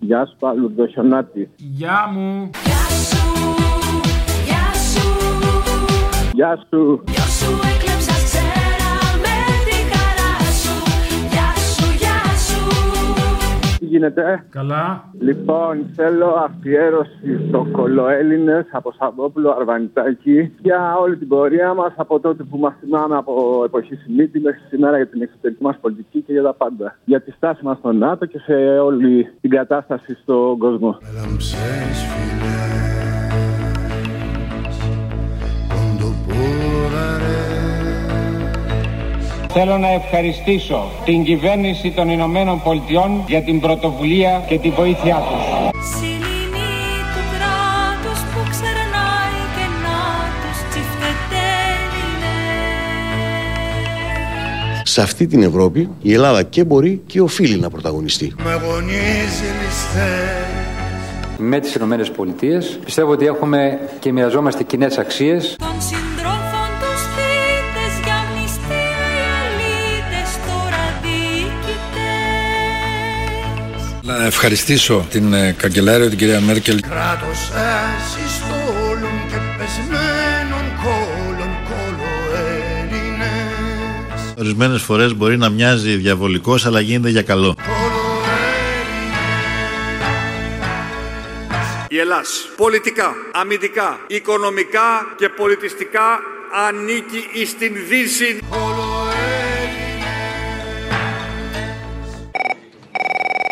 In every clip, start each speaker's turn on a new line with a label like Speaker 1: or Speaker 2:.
Speaker 1: Γεια σου, Παύλο
Speaker 2: Γεια μου.
Speaker 3: Γεια σου, γεια σου,
Speaker 1: Γεια σου.
Speaker 3: γεια σου έκλεψα ξέρα με τη χαρά σου Γεια σου, γεια σου,
Speaker 1: Τι γίνεται, ε?
Speaker 2: Καλά.
Speaker 1: Λοιπόν, θέλω αφιέρωση στο Κολοέλληνες από Σαββόπουλο Αρβανιτάκη για όλη την πορεία μας από τότε που μας θυμάμαι από εποχή Σιμίτη μέχρι σήμερα για την εξωτερική μας πολιτική και για τα πάντα. Για τη στάση μας στο ΝΑΤΟ και σε όλη την κατάσταση στον κόσμο.
Speaker 4: Λάμψες φυλές Κοντο
Speaker 5: Θέλω να ευχαριστήσω την κυβέρνηση των Ηνωμένων Πολιτειών για την πρωτοβουλία και τη βοήθειά τους.
Speaker 3: Σιλήνη του κράτους που ξερνάει και να τους τσιφτετέλινες
Speaker 6: Σε αυτή την Ευρώπη η Ελλάδα και μπορεί και οφείλει να πρωταγωνιστεί.
Speaker 4: Με γονίζει ληστές
Speaker 7: με τις Ηνωμένες Πολιτείες. Πιστεύω ότι έχουμε και μοιραζόμαστε κοινές αξίες.
Speaker 3: Των συντρόφων τους θύτες για μνηστήρια λύτες τώρα διοικητές
Speaker 8: Να ευχαριστήσω την ε, καγκελάριο, την κυρία Μέρκελ,
Speaker 4: Κράτος ασυστόλων και πεσμένων κόλων Κολοέλληνες
Speaker 9: Ορισμένες φορές μπορεί να μοιάζει διαβολικός αλλά γίνεται για καλό.
Speaker 4: Κολοέλληνες
Speaker 10: Η Ελλάς πολιτικά, αμυντικά, οικονομικά και πολιτιστικά ανήκει εις την Δύση.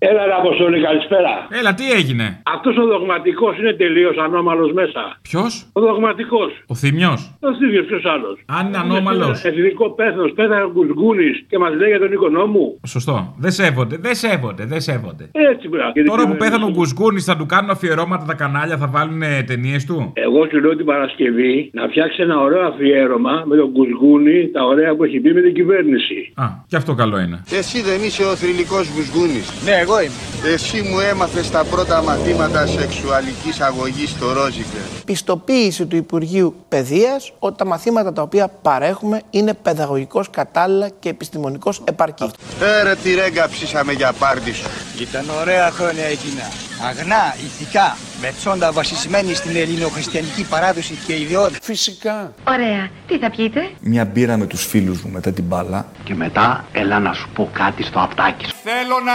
Speaker 11: Έλα ρε Αποστολή, καλησπέρα.
Speaker 2: Έλα, τι έγινε.
Speaker 11: Αυτός ο δογματικός είναι τελείως ανώμαλος μέσα.
Speaker 2: Ποιος,
Speaker 11: Ο δογματικός.
Speaker 2: ο Θημιό.
Speaker 11: Ο ίδιος ποιος άλλος.
Speaker 2: Αν είναι ανώμαλος.
Speaker 11: Εθνικό πέθνος, πέθανε ο Γκουσγούνης και μας λέει για τον οικονό μου.
Speaker 2: Σωστό. Δεν σέβονται, δεν σέβονται, δεν σέβονται.
Speaker 11: Ε, Έτσι μπράβο.
Speaker 2: Τώρα που πέθανε ο Γκουσγούνη, θα του κάνουν αφιερώματα τα κανάλια, θα βάλουν ταινίες του.
Speaker 11: Εγώ σου λέω την Παρασκευή να φτιάξει ένα ωραίο αφιέρωμα με τον Γκουσγούνη, τα ωραία που έχει πει με την κυβέρνηση.
Speaker 2: Α, και αυτό καλό είναι.
Speaker 4: Εσύ δεν είσαι ο θρηλυκός Βουσγούνης Ναι εγώ είμαι Εσύ μου έμαθες τα πρώτα μαθήματα σεξουαλικής αγωγής στο Ρόζιγκερ
Speaker 5: Πιστοποίηση του Υπουργείου Παιδείας ότι τα μαθήματα τα οποία παρέχουμε είναι παιδαγωγικώς κατάλληλα και επιστημονικώς επαρκή.
Speaker 4: Έρε τη ρέγκα ψήσαμε για πάρτι σου
Speaker 5: Ήταν ωραία χρόνια εκείνα. Αγνά, ηθικά, με τσόντα βασισμένη στην ελληνοχριστιανική παράδοση και ιδεότητα.
Speaker 3: Ωραία, τι θα πιείτε?
Speaker 9: Μια μπύρα με τους φίλους μου μετά την μπάλα.
Speaker 5: Και μετά έλα να σου πω κάτι στο αυτάκι σου.
Speaker 10: Θέλω να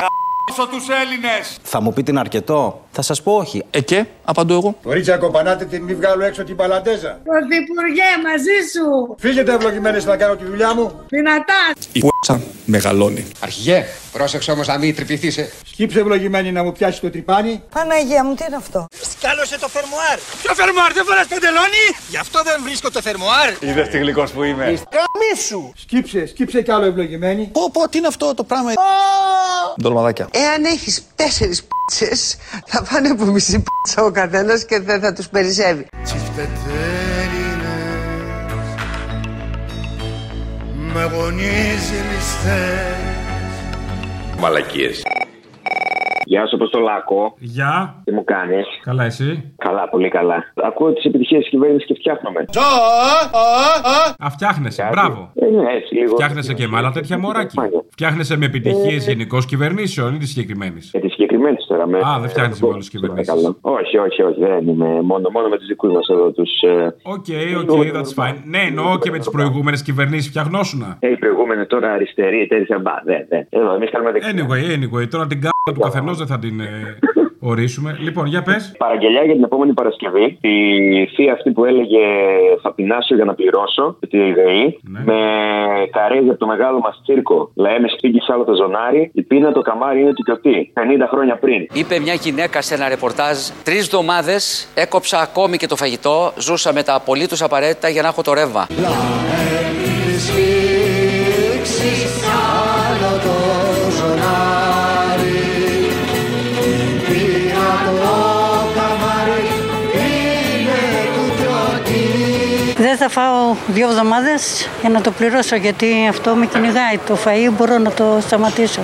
Speaker 10: ***σω τους Έλληνες.
Speaker 5: Θα μου πείτε αρκετό. Θα σας πω όχι. Ε και, απαντώ εγώ.
Speaker 4: Κορίτσια κοπανάτε την μη βγάλω έξω την παλαντέζα
Speaker 3: Πρωθυπουργέ, μαζί σου!
Speaker 4: Φύγετε ευλογημένες να κάνω τη δουλειά μου
Speaker 3: Δυνατά!
Speaker 9: Η μεγαλώνει.
Speaker 5: Αρχηγέ, πρόσεξε όμως να μην τρυπηθείς. ε.
Speaker 4: Σκύψε ευλογημένη να μου πιάσει το τρυπάνι
Speaker 3: Παναγία μου, τι είναι αυτό?
Speaker 5: Σκάλωσε το φερμοάρ. Ποιο φερμοάρ, δεν φοράς παντελόνι. Γι' αυτό δεν βρίσκω το φερμοάρ.
Speaker 9: Είδες τι γλυκός που είμαι.
Speaker 5: Καμίσου.
Speaker 4: Σκύψε, σκύψε κι άλλο ευλογημένη
Speaker 5: Πω πω, τι είναι αυτό το πράγμα.
Speaker 9: Ντολμαδάκια.
Speaker 5: Εάν έχεις τέσσερις π***τσες, θα πάνε που μισή π***τσα ο καθένας και δεν θα τους περισσεύει.
Speaker 4: Τσιφτετέρινες Με γονίζει ληστές
Speaker 1: Γεια σου, Αποστολάκο.
Speaker 2: Γεια.
Speaker 1: Τι μου κάνεις.
Speaker 2: Καλά, εσύ.
Speaker 1: Καλά, πολύ καλά. Ακούω τις επιτυχίες της κυβέρνησης και φτιάχνομαι. Ε,
Speaker 2: Α, φτιάχνεσαι. Μπράβο.
Speaker 1: ναι, έτσι λίγο.
Speaker 2: Φτιάχνεσαι και με άλλα τέτοια μωράκι. Φτιάχνεσαι με επιτυχίες γενικώς κυβερνήσεων ή τη συγκεκριμένη.
Speaker 1: Για τη συγκεκριμένη τώρα. Με,
Speaker 2: Α, δεν φτιάχνεις με
Speaker 1: ε,
Speaker 2: όλες τις κυβερνήσεις.
Speaker 1: παρακαλώ. Όχι, όχι, όχι. Δεν είμαι μόνο, μόνο με τους δικούς μας εδώ. ε, Του.
Speaker 2: Οκ, οκ, that's fine. Ναι, εννοώ και με τις προηγούμενε κυβερνήσει φτιαχνόσουνα.
Speaker 1: Ε, οι προηγούμενοι τώρα αριστεροί, τέτοια μπα. Δεν, δεν. Εδώ, εμεί κάνουμε δεξιά.
Speaker 2: Anyway, anyway, τώρα την κάρτα του καθενός δεν θα την ε, ορίσουμε. Λοιπόν, για πες.
Speaker 1: Παραγγελιά για την επόμενη Παρασκευή. Η θεία αυτή που έλεγε Θα πεινάσω για να πληρώσω, τη ΔΕΗ,
Speaker 2: Ναι.
Speaker 1: με καρέζι από το μεγάλο μας τσίρκο. Λέμε σπίτι σ' άλλο το ζωνάρι, η πείνα το καμάρι είναι του κιωτή. 50 χρόνια πριν.
Speaker 5: Είπε μια γυναίκα σε ένα ρεπορτάζ, τρεις εβδομάδες έκοψα ακόμη και το φαγητό, ζούσα με τα απολύτως απαραίτητα για να έχω το ρεύμα.
Speaker 3: Δεν θα φάω δύο εβδομάδες για να το πληρώσω γιατί αυτό με κυνηγάει. Το φαΐ μπορώ να το σταματήσω.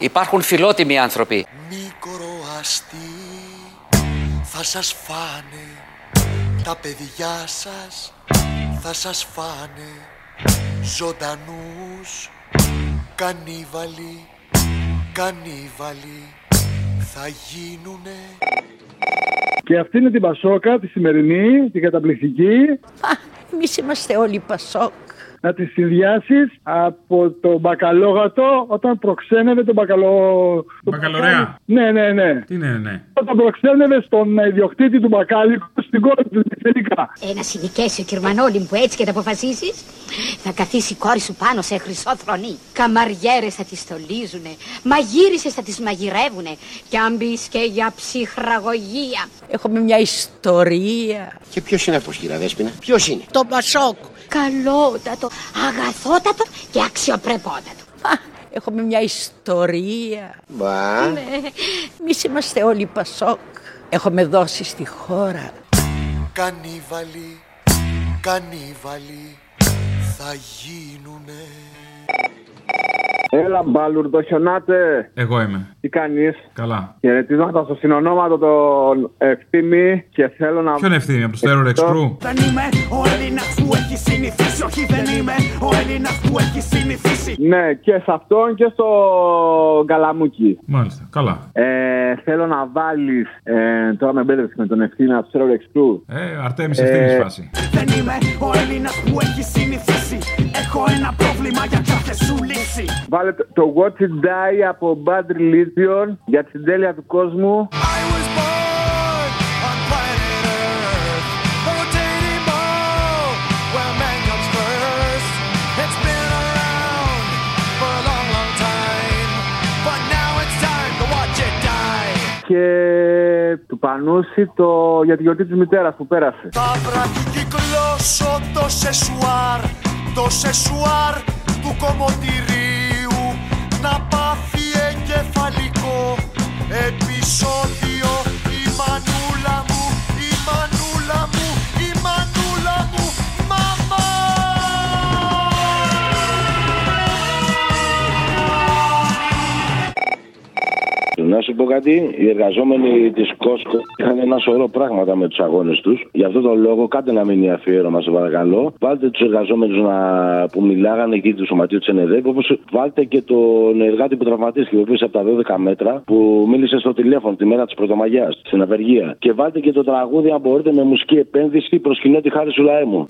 Speaker 5: Υπάρχουν φιλότιμοι άνθρωποι.
Speaker 4: Μικροαστή Θα Θα σας φάνε τα παιδιά σας Θα σας φάνε ζωντανούς Κανίβαλοι, κανίβαλοι Θα γίνουνε
Speaker 12: Και αυτή είναι την Πασόκα, τη σημερινή, την καταπληκτική.
Speaker 13: Εμείς είμαστε όλοι Πασόκ.
Speaker 12: Να τη συνδυάσεις από το μπακαλόγατο όταν προξένευε τον μπακαλό.
Speaker 2: Μπακαλωρέα.
Speaker 12: Ναι, ναι, ναι.
Speaker 2: Τι ναι, ναι.
Speaker 12: Όταν προξένευε στον ιδιοκτήτη του μπακάλικου στην κόρη του τελικά.
Speaker 5: Ε, να συνοικέσει ο Κυρμανόλη που έτσι και τα αποφασίσεις, θα καθίσει η κόρη σου πάνω σε χρυσό θρονί. Καμαριέρες θα τη στολίζουνε, μαγείρισες θα τις μαγειρεύουνε. Και αν μπεις και για ψυχραγωγία.
Speaker 13: Έχουμε μια ιστορία.
Speaker 14: Και ποιος είναι αυτός, κύριε Δέσπινα, ποιος είναι.
Speaker 13: Το Πασόκ.
Speaker 5: Καλότατο, αγαθότατο και αξιοπρεπότατο.
Speaker 13: Έχουμε μια ιστορία.
Speaker 14: Μπα.
Speaker 13: Ναι. Εμείς είμαστε όλοι Πασόκ. Έχουμε δώσει στη χώρα.
Speaker 4: Κανίβαλοι, κανίβαλοι θα γίνουνε.
Speaker 1: Έλα, μπάλουρδο, χιονάτε.
Speaker 2: Εγώ είμαι.
Speaker 1: Τι κάνεις.
Speaker 2: Καλά.
Speaker 1: Χαιρετίζοντα στο συνονόματο τον ευθύμη και θέλω να.
Speaker 2: Ποιον ευθύνη, από τους Terror X Crew.
Speaker 4: Δεν είμαι ο Έλληνας που έχει συνηθίσει. Όχι, δεν είμαι ο Έλληνας που έχει συνηθίσει.
Speaker 1: Ναι, και σε αυτόν και στο Γκαλαμούκι.
Speaker 2: Μάλιστα, καλά.
Speaker 1: Ε, θέλω να βάλεις. Ε, τώρα με μπέρδεψες με τον ευθύνη από τους Terror X Crew.
Speaker 2: Ε, αρτέμι ευθύνη φάση.
Speaker 4: Δεν είμαι ο Έλληνας που έχει συνηθίσει. Έχω ένα πρόβλημα για κάθε σου λύση.
Speaker 1: Βάλε το- το What It Die από Bad Religion για την τέλεια του κόσμου. Και του Πανούση το... για τη γιορτή της μητέρας που πέρασε.
Speaker 4: Τα βραχυκυκλώσω το σεσουάρ, το σεσουάρ του κομμωτηρίου να πάθει εγκεφαλικό επεισόδιο η μανούλα μου, η μανούλα μου, η μανούλα μου, μαμά!
Speaker 15: Να σου πω κάτι, οι εργαζόμενοι της Κόσκο είχαν ένα σωρό πράγματα με τους αγώνες τους. Γι' αυτό τον λόγο, κάντε να μείνει αφιέρωμα, σε παρακαλώ. Βάλτε τους εργαζόμενους να... που μιλάγανε εκεί του σωματείου της ΕΝΕΔΕΠ, όπως βάλτε και τον εργάτη που τραυματίστηκε, ο οποίος από τα 12 μέτρα, που μίλησε στο τηλέφωνο τη μέρα της Πρωτομαγιάς, στην απεργία. Και βάλτε και το τραγούδι, αν μπορείτε, με μουσική επένδυση προς κοινό τη χάρη σου λαέ μου.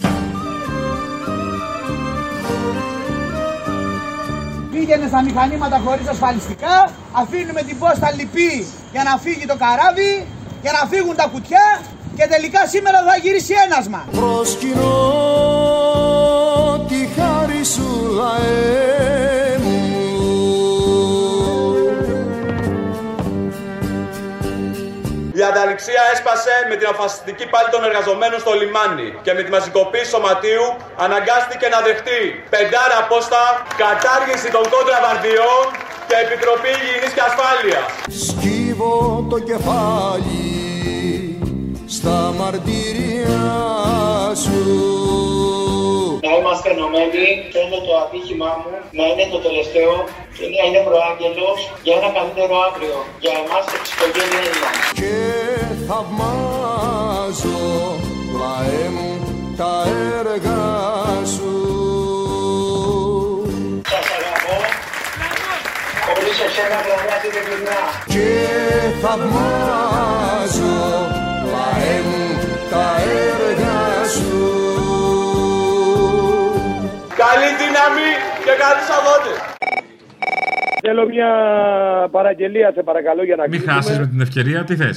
Speaker 16: Πήγαινε στα μηχανήματα χωρίς ασφαλιστικά, αφήνουμε την πόστα λυπή για να φύγει το καράβι, για να φύγουν τα κουτιά και τελικά σήμερα θα γυρίσει ένασμα.
Speaker 4: Προσκυνώ τη χάρη σου λαέ μου
Speaker 17: Η ανταληξία έσπασε με την αφασιστική πάλη των εργαζομένων στο λιμάνι και με τη μαζικοποίηση σωματείου αναγκάστηκε να δεχτεί πεντάρα απόστα, κατάργηση των κόντρα βαρδιών και επιτροπή υγιεινής και ασφάλειας.
Speaker 4: Σκύβω το κεφάλι στα μαρτύρια σου
Speaker 11: Να είμαστε ενωμένοι, θέλω το ατύχημά μου να είναι το τελευταίο και να είναι προάγγελος για ένα καλύτερο αύριο, για εμάς και τις οικογένειές μας.
Speaker 4: και θαυμάζω λαέ μου τα έργα σου
Speaker 11: Σας αγαπώ, χωρίς εσένα δηλαδή πραγματικά δεν γυρνά.
Speaker 4: και θαυμάζω λαέ μου τα έργα σου
Speaker 17: Καλή δύναμη και καλούς αγώνες.
Speaker 18: Θέλω μια παραγγελία, σε παρακαλώ, για να
Speaker 2: Μην
Speaker 18: κλείσουμε.
Speaker 2: χάσεις με την ευκαιρία, τι θες.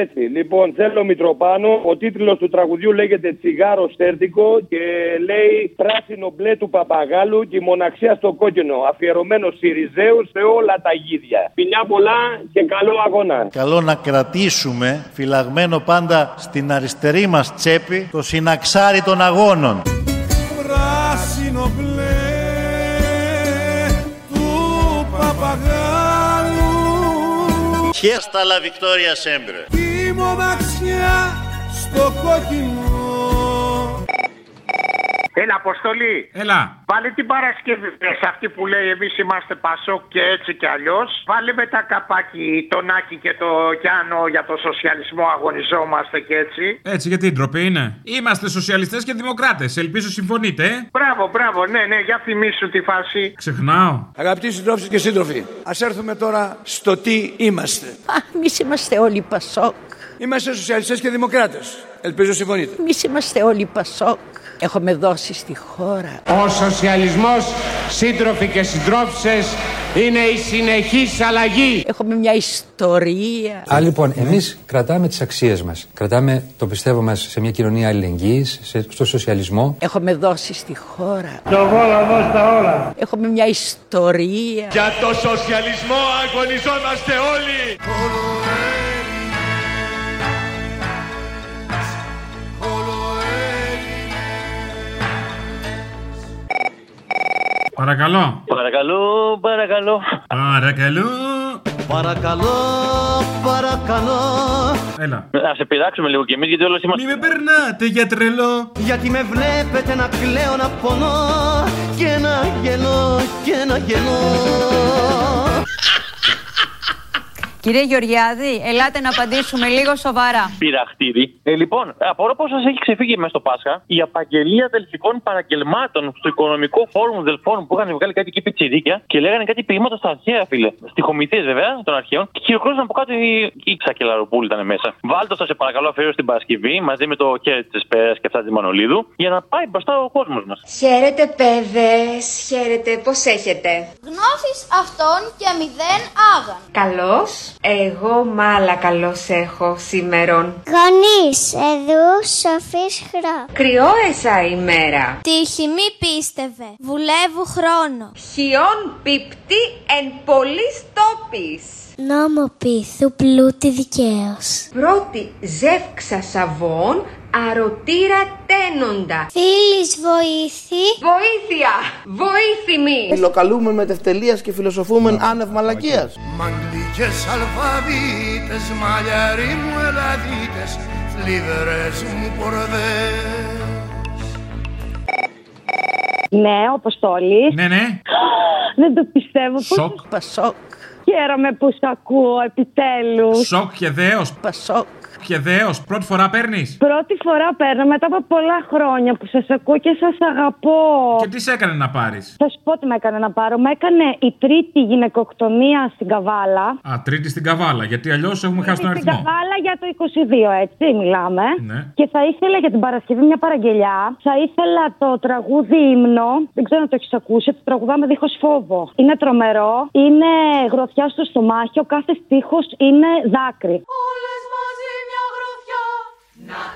Speaker 18: Έτσι, λοιπόν, θέλω Μητροπάνο. Ο τίτλος του τραγουδιού λέγεται Τσιγάρο Στέρτικο και λέει Πράσινο μπλε του παπαγάλου και η μοναξιά στο κόκκινο. Αφιερωμένο Σιριζέου σε όλα τα γίδια. Φιλιά πολλά και καλό αγώνα.
Speaker 19: Καλό να κρατήσουμε φυλαγμένο πάντα στην αριστερή μας τσέπη το συναξάρι των αγώνων.
Speaker 4: πράσινο μπλε του παπαγάλου
Speaker 19: Χέστα λα Βικτόρια Σέμπρε.
Speaker 4: τη μοναξιά στο κόκκινο Έλα, Αποστολή.
Speaker 2: Έλα.
Speaker 4: Βάλε την Παρασκευή ε, σε αυτή που λέει εμείς είμαστε Πασόκ και έτσι κι αλλιώς. Βάλε με τα καπάκι τον Άκη και το Γιάννο για το σοσιαλισμό αγωνιζόμαστε και έτσι.
Speaker 2: Έτσι, γιατί η ντροπή είναι. Είμαστε σοσιαλιστές και δημοκράτες. Ελπίζω συμφωνείτε. ε.
Speaker 4: Μπράβο, μπράβο, ναι, ναι, για θυμίσου τη φάση.
Speaker 2: Ξεχνάω.
Speaker 20: Αγαπητοί συντρόφοι και σύντροφοι, ας έρθουμε τώρα στο τι είμαστε.
Speaker 5: Α, εμείς είμαστε όλοι Πασόκ.
Speaker 20: Είμαστε σοσιαλιστές και δημοκράτες. Ελπίζω συμφωνείτε.
Speaker 5: Εμείς είμαστε όλοι Πασόκ. Έχουμε δώσει στη χώρα.
Speaker 21: Ο σοσιαλισμός, σύντροφοι και συντρόφισσες, είναι η συνεχής αλλαγή.
Speaker 5: Έχουμε μια ιστορία.
Speaker 7: Α, λοιπόν, εμείς κρατάμε τις αξίες μας. Κρατάμε το πιστεύω μας σε μια κοινωνία αλληλεγγύης, σε- στο σοσιαλισμό.
Speaker 5: Έχουμε δώσει στη χώρα.
Speaker 7: Το
Speaker 20: βόλο
Speaker 7: δώσ' τα όλα.
Speaker 5: Έχουμε μια ιστορία.
Speaker 21: Για το σοσιαλισμό αγωνιζόμαστε όλοι.
Speaker 2: Παρακαλώ.
Speaker 22: Παρακαλώ, παρακαλώ.
Speaker 2: Παρακαλώ.
Speaker 22: Παρακαλώ, παρακαλώ.
Speaker 2: Έλα.
Speaker 22: Να σε πειράξουμε λίγο κι εμείς, γιατί όλο είμαστε.
Speaker 2: Μη με περνάτε για τρελό.
Speaker 22: Γιατί με βλέπετε να κλαίω, να πονώ.
Speaker 3: Και να γελώ, και να γελώ.
Speaker 23: Κύριε Γεωργιάδη, ελάτε να απαντήσουμε λίγο σοβαρά.
Speaker 22: Πειραχτήρι. Ε, λοιπόν, απορώ πώς σας έχει ξεφύγει μέσα στο Πάσχα η απαγγελία δελφικών παραγγελμάτων στο οικονομικό φόρουμ δελφών που είχαν βγάλει κάτι εκεί πιτσιρίκια και λέγανε κάτι ποίηματα στα αρχαία, φίλε. Στοιχομηθίε βέβαια των αρχαίων. Και χειροκρότησαν από κάτω η, η Ξακελαροπούλη ήταν μέσα. Βάλτε το, σε παρακαλώ, αφιέρωση την Παρασκευή μαζί με το χέρι της Πέρας και αυτά τη Μανολίδου για να πάει μπροστά ο κόσμος μας.
Speaker 24: Χαίρετε, παιδες. Χαίρετε, πώς έχετε.
Speaker 25: Γνώσεις αυτών και μηδέν άγαν.
Speaker 24: Καλός. Εγώ μάλα καλός έχω σήμερον.
Speaker 25: Γονείς, εδούς, σοφής χρό.
Speaker 24: Κρυό εσά ημέρα.
Speaker 25: Τύχη μη πίστευε, δουλεύου χρόνο.
Speaker 24: Χιόν πιπτή εν πολλής τόπης.
Speaker 25: Νόμο πείθου πλούτη δικαίως.
Speaker 24: Πρώτη ζεύξα σαβών αρωτήρα τένοντα.
Speaker 25: Φίλης βοήθη.
Speaker 24: Βοήθεια! Βοήθημη!
Speaker 26: Υλοκαλούμε με τευτελεία και φιλοσοφούμε άνευ μαλακίας.
Speaker 3: Μαγκλικές αλφαβήτες, μαλλιαροί μου ελαδίτες, θλιβερές μου πορδές.
Speaker 11: Ναι, Αποστόλη.
Speaker 2: Ναι, ναι.
Speaker 11: Δεν το πιστεύω. Πώς
Speaker 2: Σοκ.
Speaker 11: σας- Χαίρομαι που σ' ακούω επιτέλους.
Speaker 2: Σοκ και δέος.
Speaker 11: Πασόκ.
Speaker 2: Και δέος. Πρώτη φορά παίρνεις.
Speaker 11: Πρώτη φορά παίρνω μετά από πολλά χρόνια που σας ακούω και σας αγαπώ.
Speaker 2: Και τι σε έκανε να πάρεις.
Speaker 11: Θα σου πω τι με έκανε να πάρω. Με έκανε η τρίτη γυναικοκτονία στην Καβάλα.
Speaker 2: Α, τρίτη στην καβάλα. Γιατί αλλιώς έχουμε χάσει τον
Speaker 11: Στην
Speaker 2: αριθμό.
Speaker 11: Καβάλα για το 22, έτσι μιλάμε.
Speaker 2: Ναι.
Speaker 11: Και θα ήθελα για την Παρασκευή μια παραγγελιά. Θα ήθελα το τραγούδι ύμνο. Δεν ξέρω αν το έχεις ακούσει. Το τραγουδάμε δίχως φόβο. Είναι τρομερό. Είναι γροθιά στο στομάχι. Ο κάθε στίχος είναι δάκρυ.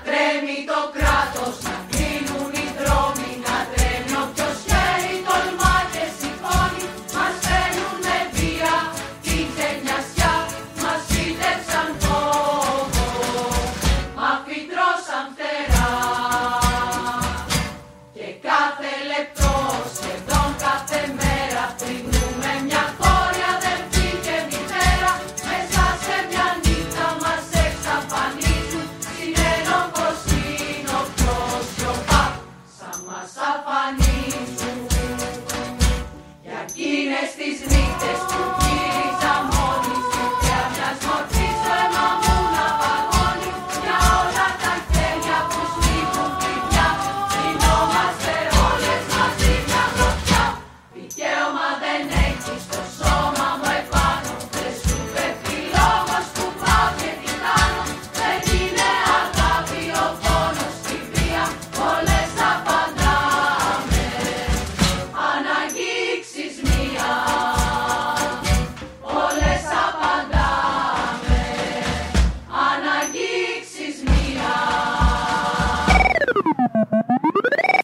Speaker 3: Τρέμει το κράτος, να κλείνουν οι δρόμοι, να τρέμει όποιος χέρι τολμά και σηκώνει. Μας θέλουν με βία, την ξενιασιά, μας φύτευσαν φόβο, μα φυτρώσαν φτερά. Και κάθε λεπτό, σχεδόν κάθε μέρα, θρυνούμε μια κόρη αδερφή και μητέρα, μέσα σε μια νύχτα μας εξαφανίζουν, συνένοχος είναι ο πιο σιωπά, σαν μας αφανίζουν. Για εκείνες τις νύχτες